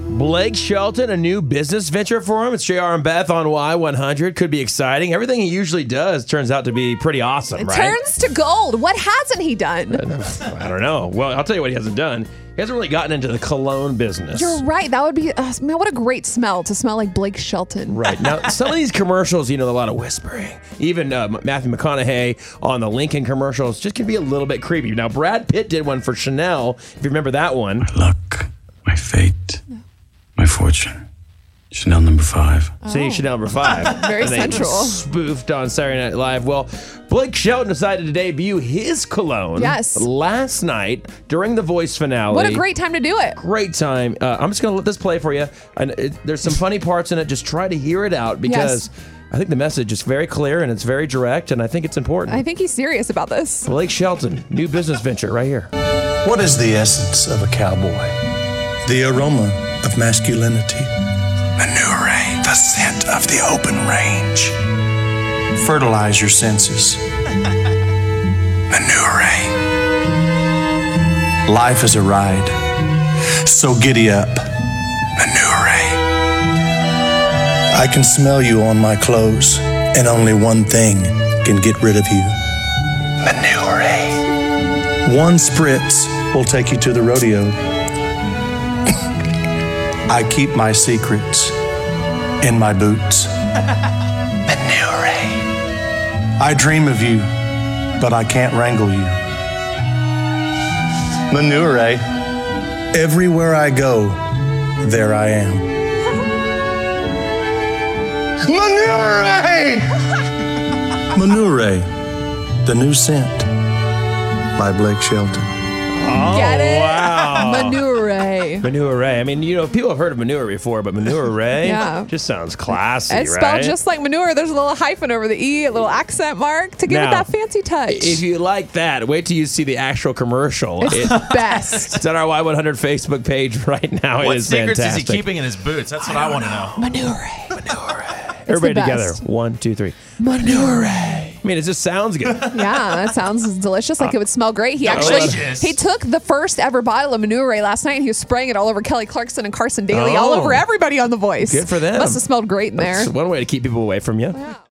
Blake Shelton, a new business venture for him. It's JR and Beth on Y100. Could be exciting. Everything he usually does turns out to be pretty awesome, right? Turns to gold. What hasn't he done? I don't know. Well, I'll tell you what he hasn't done. He hasn't really gotten into the cologne business. You're right. That would be uh, man. What a great smell to smell like Blake Shelton. Right. Now, some of these commercials, you know, a lot of whispering. Even uh, Matthew McConaughey on the Lincoln commercials just can be a little bit creepy. Now, Brad Pitt did one for Chanel, if you remember that one. luck, my fate, my fortune. Chanel number five. See, Chanel number five. Very And they central. Spoofed on Saturday Night Live. Well, Blake Shelton decided to debut his cologne Yes. last night during the voice finale. What a great time to do it. great time. Uh, I'm just going to let this play for you. And it, there's some funny parts in it. Just try to hear it out because I think the message is very clear and it's very direct, and I think it's important. I think he's serious about this. Blake Shelton, new business venture right here. What is the essence of a cowboy? The aroma of masculinity. Manuring the scent of the open range. Fertilize your senses. Manuring. Life is a ride. So giddy up. Manuring. I can smell you on my clothes, and only one thing can get rid of you. Manuring. One spritz will take you to the rodeo. I keep my secrets in my boots. Manuring. I dream of you, but I can't wrangle you. Manuring. Everywhere I go, there I am. Manuring! Manuring, the new scent by Blake Shelton. Get it? Oh, wow. Manure. Manure Ray. I mean, you know, people have heard of manure before, but Manure Ray Yeah. just sounds classy, It's right? spelled just like manure. There's a little hyphen over the e, a little accent mark to give it Now, that fancy touch. if you like that, wait till you see the actual commercial. It- Best. it's on our Y100 Facebook page right now. What it is secrets fantastic. is he keeping in his boots? That's what I, want to know. manure. Everybody the together. best. One, two, three. Manure. I mean, it just sounds good. Yeah, that sounds delicious. Like it would smell great. He actually Delicious. he took the first ever bottle of manure last night and he was spraying it all over Kelly Clarkson and Carson Daly, all Oh. over everybody on The Voice. Good for them. Must have smelled great in there. It's one way to keep people away from you.